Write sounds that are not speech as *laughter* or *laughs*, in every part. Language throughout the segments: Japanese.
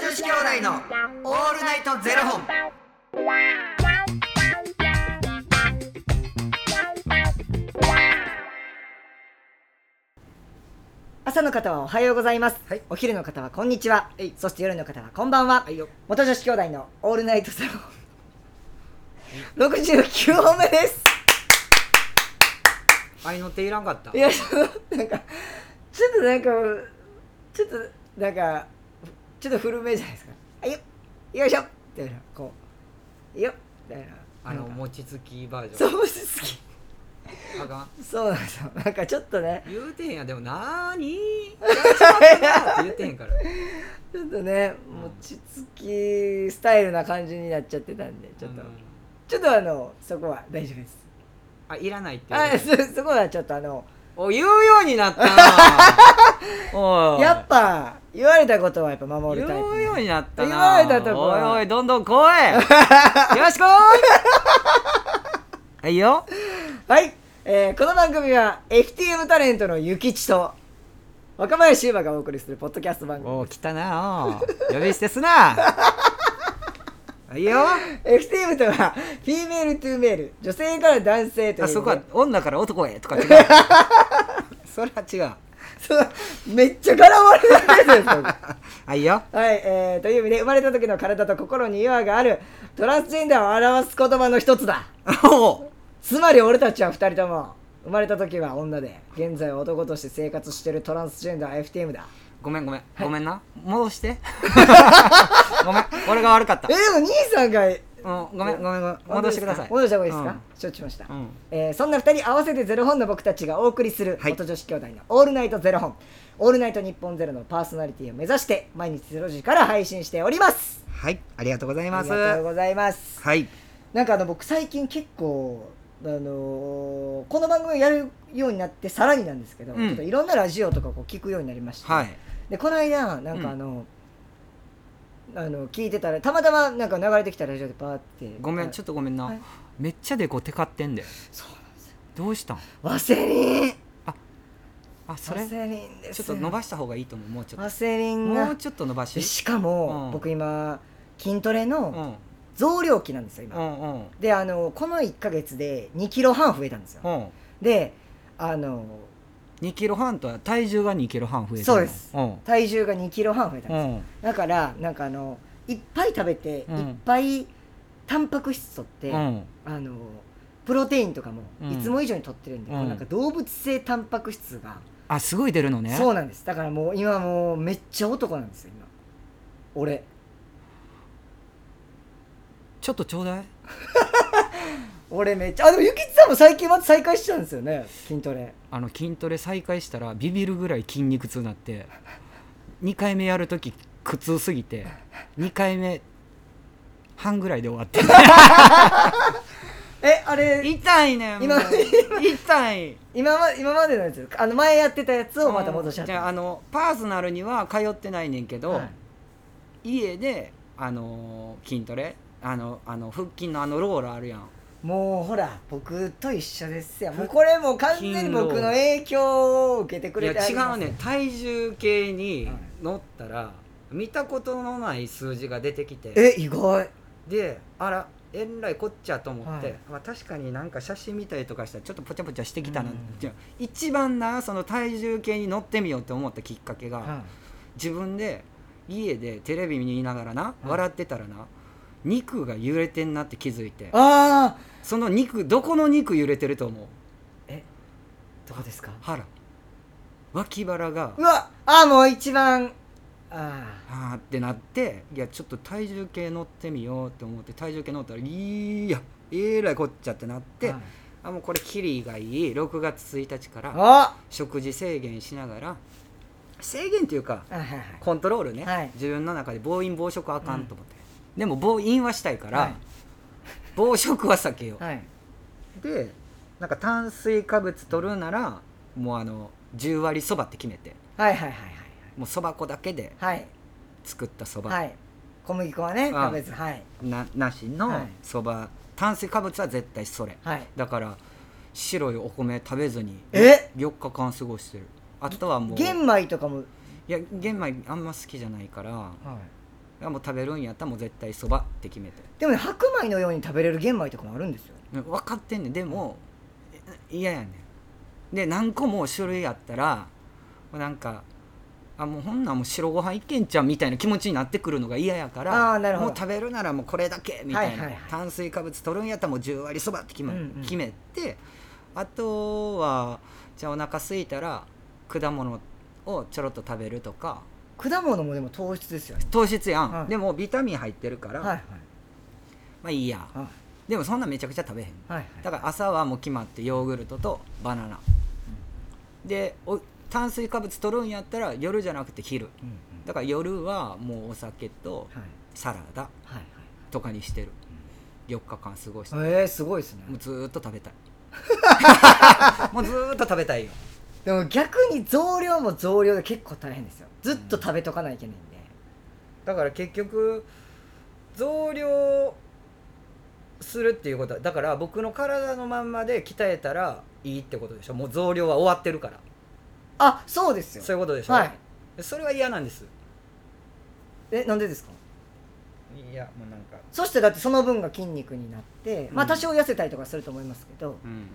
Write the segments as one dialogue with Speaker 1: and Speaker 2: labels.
Speaker 1: 子兄弟のオールナイトゼロ本。
Speaker 2: 朝の方はおはようございます、
Speaker 1: はい
Speaker 2: お昼の方はこんにちは、
Speaker 1: はい
Speaker 2: そして夜の方はこんばんは、
Speaker 1: はいよ
Speaker 2: 元女子兄弟のオールナイトゼロ本69本目です
Speaker 1: あいの手いらんかった。
Speaker 2: いやちょっとなんかちょっとなんかちょっとなんかちょっと古めじゃないですか「あよっよいしょ」みたいなこう「よっ」みたいな
Speaker 1: あの
Speaker 2: なんか
Speaker 1: 餅つきバージ
Speaker 2: そ
Speaker 1: ョン。
Speaker 2: う好き
Speaker 1: あかん。
Speaker 2: そうなんですよなんかちょっとね
Speaker 1: 言うてへんやんでもなーに
Speaker 2: *laughs*
Speaker 1: ー。やっちまったなーって言ってへんから。
Speaker 2: ちょっとね餅つきスタイルな感じになっちゃってたんでちょっと、
Speaker 1: うん
Speaker 2: ちょっとあのそこは大丈夫です
Speaker 1: あいらないって言う
Speaker 2: あ
Speaker 1: て。
Speaker 2: そそこはちょっとあの
Speaker 1: お言うようになった
Speaker 2: *laughs*
Speaker 1: な。おい。
Speaker 2: やっぱ言われたことはやっぱ守
Speaker 1: 言う
Speaker 2: るタイプね
Speaker 1: ようになったな
Speaker 2: 言われたとこ
Speaker 1: おい
Speaker 2: は
Speaker 1: おいどんどん
Speaker 2: *laughs*
Speaker 1: 来いよろしくーいはいよ
Speaker 2: はい、えーこの番組は FTM タレントのゆきちと若林優馬がお送りするポッドキャスト番組
Speaker 1: おお来たなおう呼び捨てすなはいよ
Speaker 2: FTM とはフィメールトゥーメール女性から男性という
Speaker 1: あ
Speaker 2: ね
Speaker 1: そこは女から男へとか違う *laughs* それは違う
Speaker 2: そうめっちゃ絡まれてるんですよ *laughs*
Speaker 1: はいよ
Speaker 2: はい、えーという意味で生まれた時の体と心に違和があるトランスジェンダーを表す言葉の一つだ
Speaker 1: *laughs* おう
Speaker 2: つまり俺たちは2人とも生まれた時は女で現在は男として生活してるトランスジェンダー FTM だ
Speaker 1: ごめんごめん、ごめんな戻して *laughs* ごめん俺が悪かった、
Speaker 2: えでも兄さんが
Speaker 1: うん、ごめんごめんごめん戻してください
Speaker 2: 戻した方がいいですか、承知しました、
Speaker 1: うん
Speaker 2: えーそんな2人合わせてゼロ本の僕たちがお送りする
Speaker 1: はい
Speaker 2: 元女子兄弟の「オールナイトゼロ本」オールナイト日本ゼロ」のパーソナリティを目指して毎日0時から配信しております
Speaker 1: うんはいありがとうござい
Speaker 2: あ
Speaker 1: ま
Speaker 2: り
Speaker 1: す
Speaker 2: がとうございます
Speaker 1: はい
Speaker 2: なんかあの僕最近結構あのーこの番組をやるようになってさらになんですけど、
Speaker 1: うん
Speaker 2: ちょっといろんなラジオとかこう聞くようになりました、
Speaker 1: はい
Speaker 2: でこの間なんかあの、あの聞いてたらたまたまなんか流れてきたラジオでパーって
Speaker 1: ごめん
Speaker 2: あ
Speaker 1: ちょっとごめんな、
Speaker 2: はい
Speaker 1: めっちゃでこテカってんで
Speaker 2: そうなんですよ
Speaker 1: どうしたん
Speaker 2: ワセリン
Speaker 1: あそれ
Speaker 2: ワ
Speaker 1: ち
Speaker 2: セリンです
Speaker 1: ょっと伸ばした方がいいと思うもうちょっ
Speaker 2: ワセリ
Speaker 1: と
Speaker 2: ン
Speaker 1: もう
Speaker 2: が
Speaker 1: ちょっと伸ばし
Speaker 2: しかも、
Speaker 1: うん
Speaker 2: 僕今筋トレ
Speaker 1: うんう
Speaker 2: の
Speaker 1: ん
Speaker 2: 増量期なんですよ今、
Speaker 1: うん
Speaker 2: であのこの1か月で2キロ半増えたんですよ、
Speaker 1: うん
Speaker 2: であの
Speaker 1: 2キロ半とは体重が2キロ半増えてる
Speaker 2: そうです
Speaker 1: うん
Speaker 2: 体重が2キロ半増えたん
Speaker 1: う
Speaker 2: ですよ、
Speaker 1: ん
Speaker 2: だからなんかあのいっぱい食べて、
Speaker 1: うん
Speaker 2: いっぱいタンパク質とって、
Speaker 1: うん
Speaker 2: あのプロテインとかも
Speaker 1: うん
Speaker 2: いつも以上に取ってるんで、
Speaker 1: うん
Speaker 2: こうなんか動物性タンパク質が、
Speaker 1: あすごい出るのね
Speaker 2: そうなんですだからもう今もうめっちゃ男なんですよ今俺
Speaker 1: ちょっとちょうだい
Speaker 2: 俺めっちゃあでもゆきちさんも最近また再開したんですよね筋トレ
Speaker 1: あの筋トレ再開したらビビるぐらい筋肉痛になって2回目やるとき苦痛すぎて2回目半ぐらいで終わって
Speaker 2: えあれ
Speaker 1: *laughs* 痛いねん
Speaker 2: 今
Speaker 1: もう痛い
Speaker 2: 今ま今までのやつあの前やってたやつをまた戻しちゃっ
Speaker 1: じゃあ
Speaker 2: た
Speaker 1: あのパーソナルには通ってないねんけど、
Speaker 2: はい
Speaker 1: 家であのー筋トレあのあの腹筋のあのローラーあるやん
Speaker 2: もうほら僕と一緒ですよもうこれもう完全に僕の影響を受けてく
Speaker 1: い
Speaker 2: れ
Speaker 1: や
Speaker 2: てあ
Speaker 1: 違
Speaker 2: りま
Speaker 1: う
Speaker 2: す
Speaker 1: ねん体重計に
Speaker 2: はい
Speaker 1: 乗ったら、見たことのない数字が出てきて
Speaker 2: え意外
Speaker 1: であらえらいこっちゃと思って、
Speaker 2: はい
Speaker 1: まあ、確かになんか写真見たりとかしたらちょっとぽちゃぽちゃしてきたな、
Speaker 2: うん
Speaker 1: じゃあ一番なその体重計に乗ってみようって思ったきっかけが、
Speaker 2: は
Speaker 1: 自分で家でテレビ見ながらな
Speaker 2: うん
Speaker 1: 笑ってたらな、肉が揺れてんなって気づいて
Speaker 2: ああ
Speaker 1: その肉どこの肉揺れてると思う
Speaker 2: どうですか
Speaker 1: 腹脇腹が
Speaker 2: うわあもう一番あ
Speaker 1: あーってなっていやちょっと体重計乗ってみようって思って体重計乗ったらいやえらいこっちゃってなっ
Speaker 2: あ
Speaker 1: て、あもうこれキリがいい6月1日から
Speaker 2: あ
Speaker 1: 食事制限しながら制限というか
Speaker 2: はいはいはい
Speaker 1: コントロールね、
Speaker 2: はい
Speaker 1: 自分の中で暴飲暴食あかんと思って、でも暴飲はしたいから、
Speaker 2: はい
Speaker 1: 暴食は避けよう、
Speaker 2: はい
Speaker 1: でなんか炭水化物取るならもうあの10割そばって決めて
Speaker 2: はいはいはい
Speaker 1: もうそば粉だけで
Speaker 2: はい
Speaker 1: 作ったそば、
Speaker 2: はい小麦粉はね
Speaker 1: あ
Speaker 2: 食べずはい
Speaker 1: ななし
Speaker 2: は
Speaker 1: の
Speaker 2: い
Speaker 1: そば、炭水化物は絶対それ
Speaker 2: はい
Speaker 1: だから白いお米食べずに
Speaker 2: え
Speaker 1: 4日間過ごしてるあとはもう
Speaker 2: 玄米とかも
Speaker 1: いや玄米あんま好きじゃないかららもう食べるんやったらもう絶対そばって決めて
Speaker 2: でもね白米のように食べれる玄米とかもあるんですよ
Speaker 1: 分かってんねんでもえ嫌やねんで何個も種類あったらなんかあもうほんなんもう白ご飯いけんちゃんみたいな気持ちになってくるのが嫌やから
Speaker 2: あーなるほど
Speaker 1: もう食べるならもうこれだけみたいな、
Speaker 2: はいはいはい
Speaker 1: 炭水化物取るんやったらもう10割そばって決め,、
Speaker 2: うんうん
Speaker 1: 決めてあとはじゃあお腹空いたら果物をちょろっと食べるとか
Speaker 2: 果物もでも糖質ですよね
Speaker 1: 糖質やん、
Speaker 2: はい
Speaker 1: でもビタミン入ってるから、
Speaker 2: はいはい
Speaker 1: まあいいや
Speaker 2: はい
Speaker 1: でもそんなめちゃくちゃ食べへん
Speaker 2: はい
Speaker 1: だから朝はもう決まってヨーグルトとバナナ、でお炭水化物取るんやったら夜じゃなくて昼
Speaker 2: うんうん
Speaker 1: だから夜はもうお酒と
Speaker 2: はい
Speaker 1: サラダ
Speaker 2: はい
Speaker 1: とかにしてる4日間過ごして
Speaker 2: はいえー、すごいですね
Speaker 1: もうずーっと食べたいもうずーっと食べたいよ
Speaker 2: でも逆に増量も増量で結構大変ですよずっと食べとかないといけないんで、
Speaker 1: だから結局増量するっていうことはだから僕の体のまんまで鍛えたらいいってことでしょもう増量は終わってるから
Speaker 2: あそうですよ
Speaker 1: そういうことでしょ、
Speaker 2: はい
Speaker 1: それは嫌なんです
Speaker 2: えなんでですか
Speaker 1: いやもうなんか
Speaker 2: そしてだってその分が筋肉になってまあ
Speaker 1: うん
Speaker 2: 多少痩せたりとかすると思いますけど、
Speaker 1: うん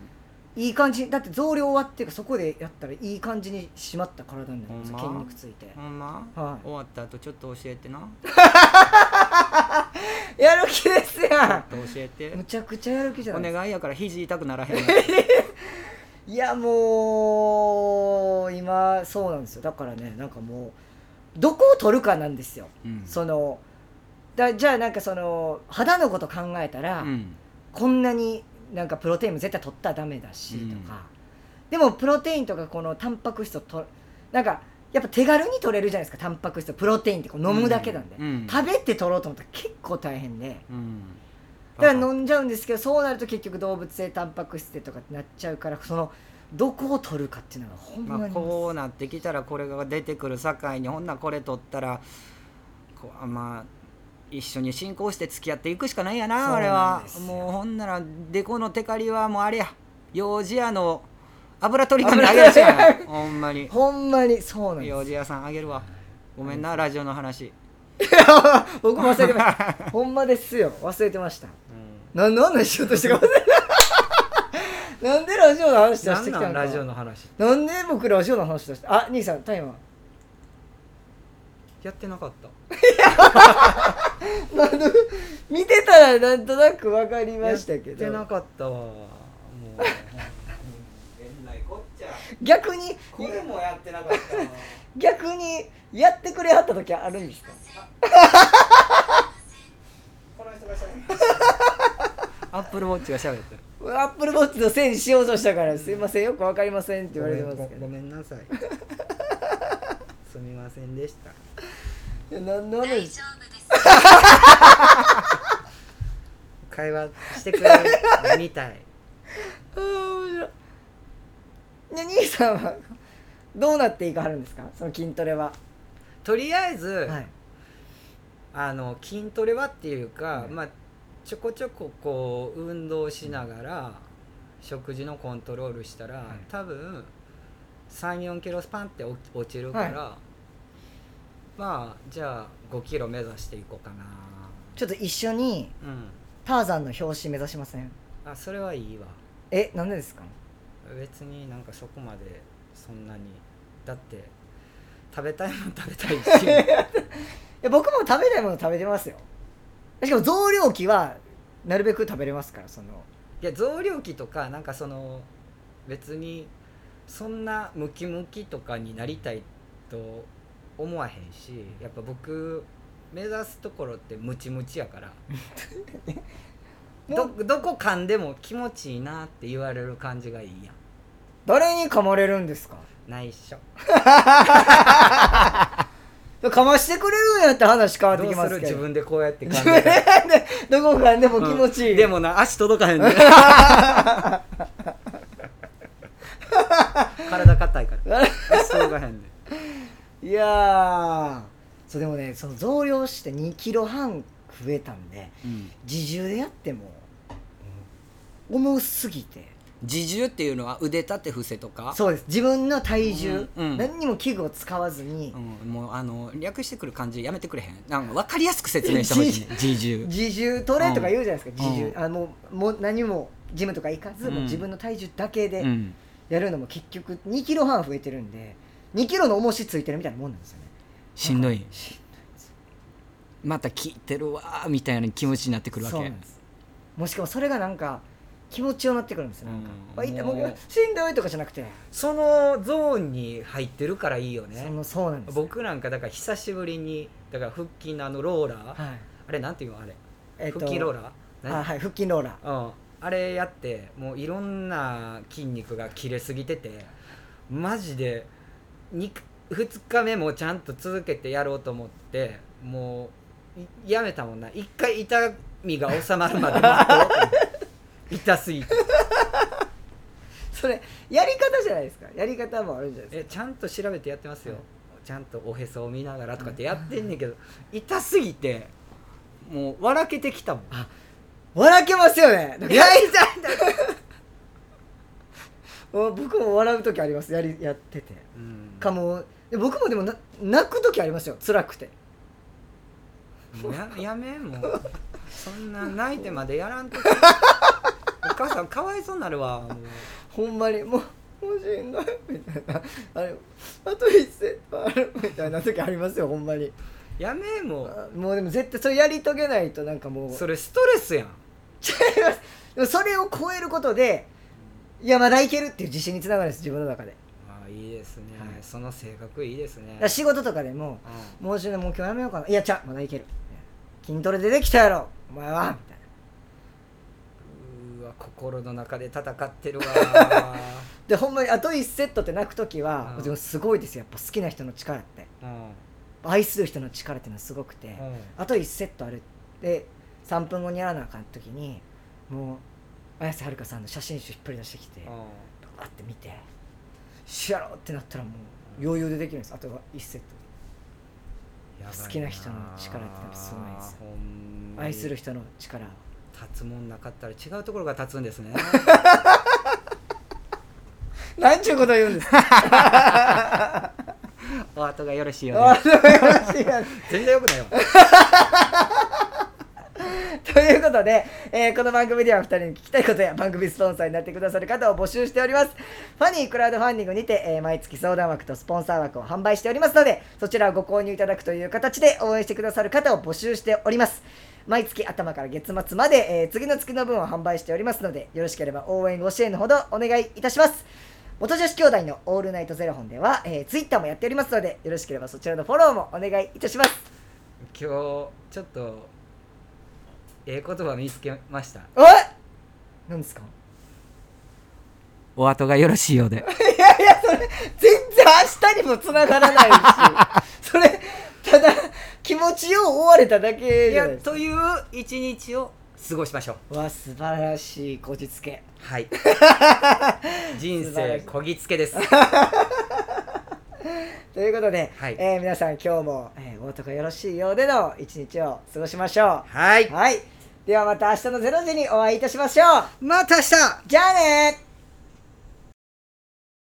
Speaker 2: いい感じだって増量終わっていうかそこでやったらいい感じに締まった体になりますよ
Speaker 1: ほ
Speaker 2: 筋
Speaker 1: んま
Speaker 2: 肉ついて、
Speaker 1: ほんま
Speaker 2: は
Speaker 1: 終わった後ちょっと教えてなち
Speaker 2: いやる気です
Speaker 1: ょっ
Speaker 2: や
Speaker 1: と教え
Speaker 2: *laughs*
Speaker 1: て
Speaker 2: んむちゃくちゃやる気じゃ
Speaker 1: お
Speaker 2: ないですか
Speaker 1: 願いやから肘痛くならへん
Speaker 2: いやもう今そうなんですよだからねなんかもうどこを取るかなんですよ、
Speaker 1: うん
Speaker 2: そのだじゃあなんかその肌のこと考えたら、
Speaker 1: うん
Speaker 2: こんなになんかプロテインも絶対取ったらダメだし
Speaker 1: うん
Speaker 2: とか、でもプロテインとかこのタンパク質をとなんかやっぱ手軽に取れるじゃないですかタンパク質とプロテインってこう飲むだけなんで、
Speaker 1: うんうん
Speaker 2: 食べて取ろうと思ったら結構大変で
Speaker 1: うん
Speaker 2: だから飲んじゃうんですけどそうなると結局動物性タンパク質でとかってなっちゃうからそのどこを取るかっていうのがほん
Speaker 1: ま
Speaker 2: ま
Speaker 1: あ、
Speaker 2: に、
Speaker 1: こうなってきたらこれが出てくる境にほんならこれ取ったらこうあまあ一緒に進行して付き合っていくしかないやな
Speaker 2: そう
Speaker 1: 俺
Speaker 2: なん
Speaker 1: は
Speaker 2: ですよ
Speaker 1: もうほんならデコのテカリはもうあれや幼児屋の油取り紙あげるし
Speaker 2: 油
Speaker 1: や
Speaker 2: 取り
Speaker 1: ほんまに
Speaker 2: ほんまにそうなんで
Speaker 1: 幼
Speaker 2: す
Speaker 1: 児屋さんあげるわごめんなラジオの話、
Speaker 2: *laughs* 僕も忘れてま
Speaker 1: *laughs*
Speaker 2: したほんまですよ忘れてましたな何の仕事してか忘れ
Speaker 1: *laughs*
Speaker 2: たなんでラジオの話出してきたのか
Speaker 1: の話
Speaker 2: なんで僕ラジオの話出してあ兄さんタイマ
Speaker 1: やってなかった
Speaker 2: ーなんで見てたらなんとなく分かりましたけ
Speaker 1: やってな
Speaker 2: ど
Speaker 1: かったわ *laughs* もうえらいこっちゃ
Speaker 2: 逆に
Speaker 1: これもやってなかったわ
Speaker 2: 逆にやってくれはった時あるんですか
Speaker 1: この人が喋ってるアップルウォッチが喋ってる
Speaker 2: アップルウォッチのせいにしようとしたからすいませんよく分かりませんって言われてますけど
Speaker 1: めんなさい *laughs* すみませんでした
Speaker 2: いや何の話し
Speaker 1: 会話してくれるみたい
Speaker 2: あー面白いで兄さんはどうなっていかはるんですかその筋トレは、
Speaker 1: とりあえず、
Speaker 2: はい
Speaker 1: あの筋トレはっていうか、
Speaker 2: はい
Speaker 1: まあちょこちょここう運動しながら食事のコントロールしたら、
Speaker 2: い
Speaker 1: 多分34キロスパンって落落ちるから、まあじゃあ5キロ目指していこうかな
Speaker 2: ちょっと一緒に
Speaker 1: うん
Speaker 2: ターザンの表紙目指しません
Speaker 1: あそれはいいわ
Speaker 2: えなんでですか
Speaker 1: 別になんかそこまでそんなにだって食べたいもん食べたいし
Speaker 2: いや僕も食べないもの食べてますよしかも増量期はなるべく食べれますからその
Speaker 1: いや増量期とかなんかその別にそんなムキムキとかになりたいと思わへんしやっぱ僕目指すところってムチムチや
Speaker 2: *laughs*
Speaker 1: からどどこ噛んでも気持ちいいなって言われる感じがいいやん
Speaker 2: 誰に噛まれるんですか
Speaker 1: 内緒
Speaker 2: 噛ましてくれるんやって話変わって
Speaker 1: ど
Speaker 2: き
Speaker 1: う
Speaker 2: ますす
Speaker 1: る
Speaker 2: け
Speaker 1: 自
Speaker 2: ど
Speaker 1: 分でこうやって噛
Speaker 2: 自
Speaker 1: んで
Speaker 2: 分
Speaker 1: たら
Speaker 2: *laughs* でどこかんでも気持ちいい、
Speaker 1: うんでもな足届かへん
Speaker 2: *laughs*
Speaker 1: ね体硬い
Speaker 2: *laughs*
Speaker 1: から足届かへんね
Speaker 2: いやーそうでもねその増量して2キロ半増えたんで自重でやっても重すぎて
Speaker 3: 自重っていうのは腕立て伏せとか
Speaker 2: そうです自分の体重、
Speaker 3: うんうん
Speaker 2: 何にも器具を使わずに、
Speaker 3: うん、もうあの略してくる感じやめてくれへんなんか分かりやすく説明してほしいね自重
Speaker 2: 自重トレとか言うじゃないですか、
Speaker 3: うん
Speaker 2: 自重
Speaker 3: う
Speaker 2: あのもう何もジムとか行かず、
Speaker 3: うん
Speaker 2: もう自分の体重だけ
Speaker 3: う
Speaker 2: で
Speaker 3: ん
Speaker 2: やるのも結局2キロ半増えてるんで2キロの重しついてるみたいなもんなんですよね
Speaker 3: しんどいまた聞いてるわーみたいな気持ちになってくるわけ
Speaker 2: そうなんですもうしかもそれがなんか気持ちようになってくるんですよなんか
Speaker 3: うん
Speaker 2: 「わ痛いもう
Speaker 3: もう
Speaker 2: しんどい」とかじゃなくて、
Speaker 1: そのゾーンに入ってるからいいよ
Speaker 2: そ
Speaker 1: ね
Speaker 2: のそうなんです、
Speaker 1: 僕なんかだから久しぶりにだから腹筋のあのローラー、
Speaker 2: はい
Speaker 1: あれなんていうのあれ、
Speaker 2: えっと
Speaker 1: 腹筋ローラー何
Speaker 2: あはい腹筋ローラー
Speaker 1: うん、あれやってもういろんな筋肉が切れすぎててマジで 2, 日目もちゃんと続けてやろうと思ってもういやめたもんな一回痛みが収まるまで待とうと思って痛すぎて
Speaker 2: それやり方じゃないですかやり方もあるんじゃないで
Speaker 1: え
Speaker 2: す
Speaker 1: ちゃんと調べてやってますよ、
Speaker 2: うん
Speaker 1: ちゃんとおへそを見ながらとかってやってんねんけど痛すぎてもう笑けてきたもん
Speaker 2: か笑けますよねなんかや
Speaker 1: 痛
Speaker 2: り
Speaker 1: い痛い痛い
Speaker 2: もう *laughs* 僕も笑う時ありますやりやってて
Speaker 1: うん
Speaker 2: かもうで僕もでもな泣く時ありますよ辛くて
Speaker 1: もうややめもうそんな泣いてまでやらんと
Speaker 2: *laughs*
Speaker 1: きお母さんかわいそうになるわもう
Speaker 2: ほんまにもうもうしんどいみたいなあれあと一セットあるみたいな時ありますよほんまに
Speaker 1: やめもう
Speaker 2: あもうでも絶対それやり遂げないとなんかもう
Speaker 1: それストレスやん
Speaker 2: 違いますでもそれを超えることでいやまだいけるっていう自信につながるんです自分の中でだか
Speaker 1: あいいですね、
Speaker 2: はい
Speaker 1: その性格いいですね
Speaker 2: ら仕事とかでも
Speaker 1: う
Speaker 2: もうしんどいもう今日やめようかないやちゃうまだいける筋トレでできたやろお前はみたいなん
Speaker 1: うわ心の中で戦って
Speaker 2: *laughs*
Speaker 1: るわ
Speaker 2: でほんまにあと1セットって泣く時は
Speaker 1: うん
Speaker 2: でもすごいですよやっぱ好きな人の力って
Speaker 1: うん
Speaker 2: 愛する人の力っていうのはすごくて、
Speaker 1: うん
Speaker 2: あと1セットあるで3分後にやらなあかん時にもう綾瀬はるかさんの写真集引っ張り出してきて
Speaker 1: う
Speaker 2: バ
Speaker 1: ん
Speaker 2: ーって見て「しやろ!」ってなったらもう余裕でできるんですあとは1セット
Speaker 1: やばい
Speaker 2: 好きな人の力ってやっぱすごいです
Speaker 1: ほんまに
Speaker 2: 愛する人の力を
Speaker 1: 立つもんなかったら違うところが立つんです
Speaker 2: *laughs*
Speaker 1: ね
Speaker 2: なんちゅうこと言うん *laughs* ですか
Speaker 1: お後がよろしいよ
Speaker 2: *laughs* あ
Speaker 1: ね
Speaker 2: の話が
Speaker 1: 全然よくないわ
Speaker 2: ということで、えーこの番組では2人に聞きたいことや番組スポンサーになってくださる方を募集しておりますファニークラウドファンディングにて、えー毎月相談枠とスポンサー枠を販売しておりますのでそちらをご購入いただくという形で応援してくださる方を募集しております毎月頭から月末まで、えー次の月の分を販売しておりますのでよろしければ応援ご支援のほどお願いいたします元女子兄弟のオールナイトゼロ本では、えー、ツイッターもやっておりますのでよろしければそちらのフォローもお願いいたします
Speaker 1: 今日ちょっとええ言葉見つけました
Speaker 2: おい何ですか
Speaker 3: お後がよろしいようで
Speaker 2: いやいや、それ、全然明日にも繋がらないし、それ、ただ、気持ちを追われただけ
Speaker 1: い
Speaker 2: じ
Speaker 1: や
Speaker 2: ゃないですか。
Speaker 1: という一日を過ごしましょう
Speaker 2: わ、素晴らしいこじつけ。
Speaker 1: はい
Speaker 3: *laughs*
Speaker 1: 人生こぎつけです
Speaker 2: ということで、
Speaker 1: はい
Speaker 2: えー皆さん今日も、えー、おとがよろしいようでの一日を過ごしましょ。
Speaker 1: はいう
Speaker 2: はい。ではまた明日の0時にお会いいたしましょう。
Speaker 1: また明日
Speaker 2: じゃあねー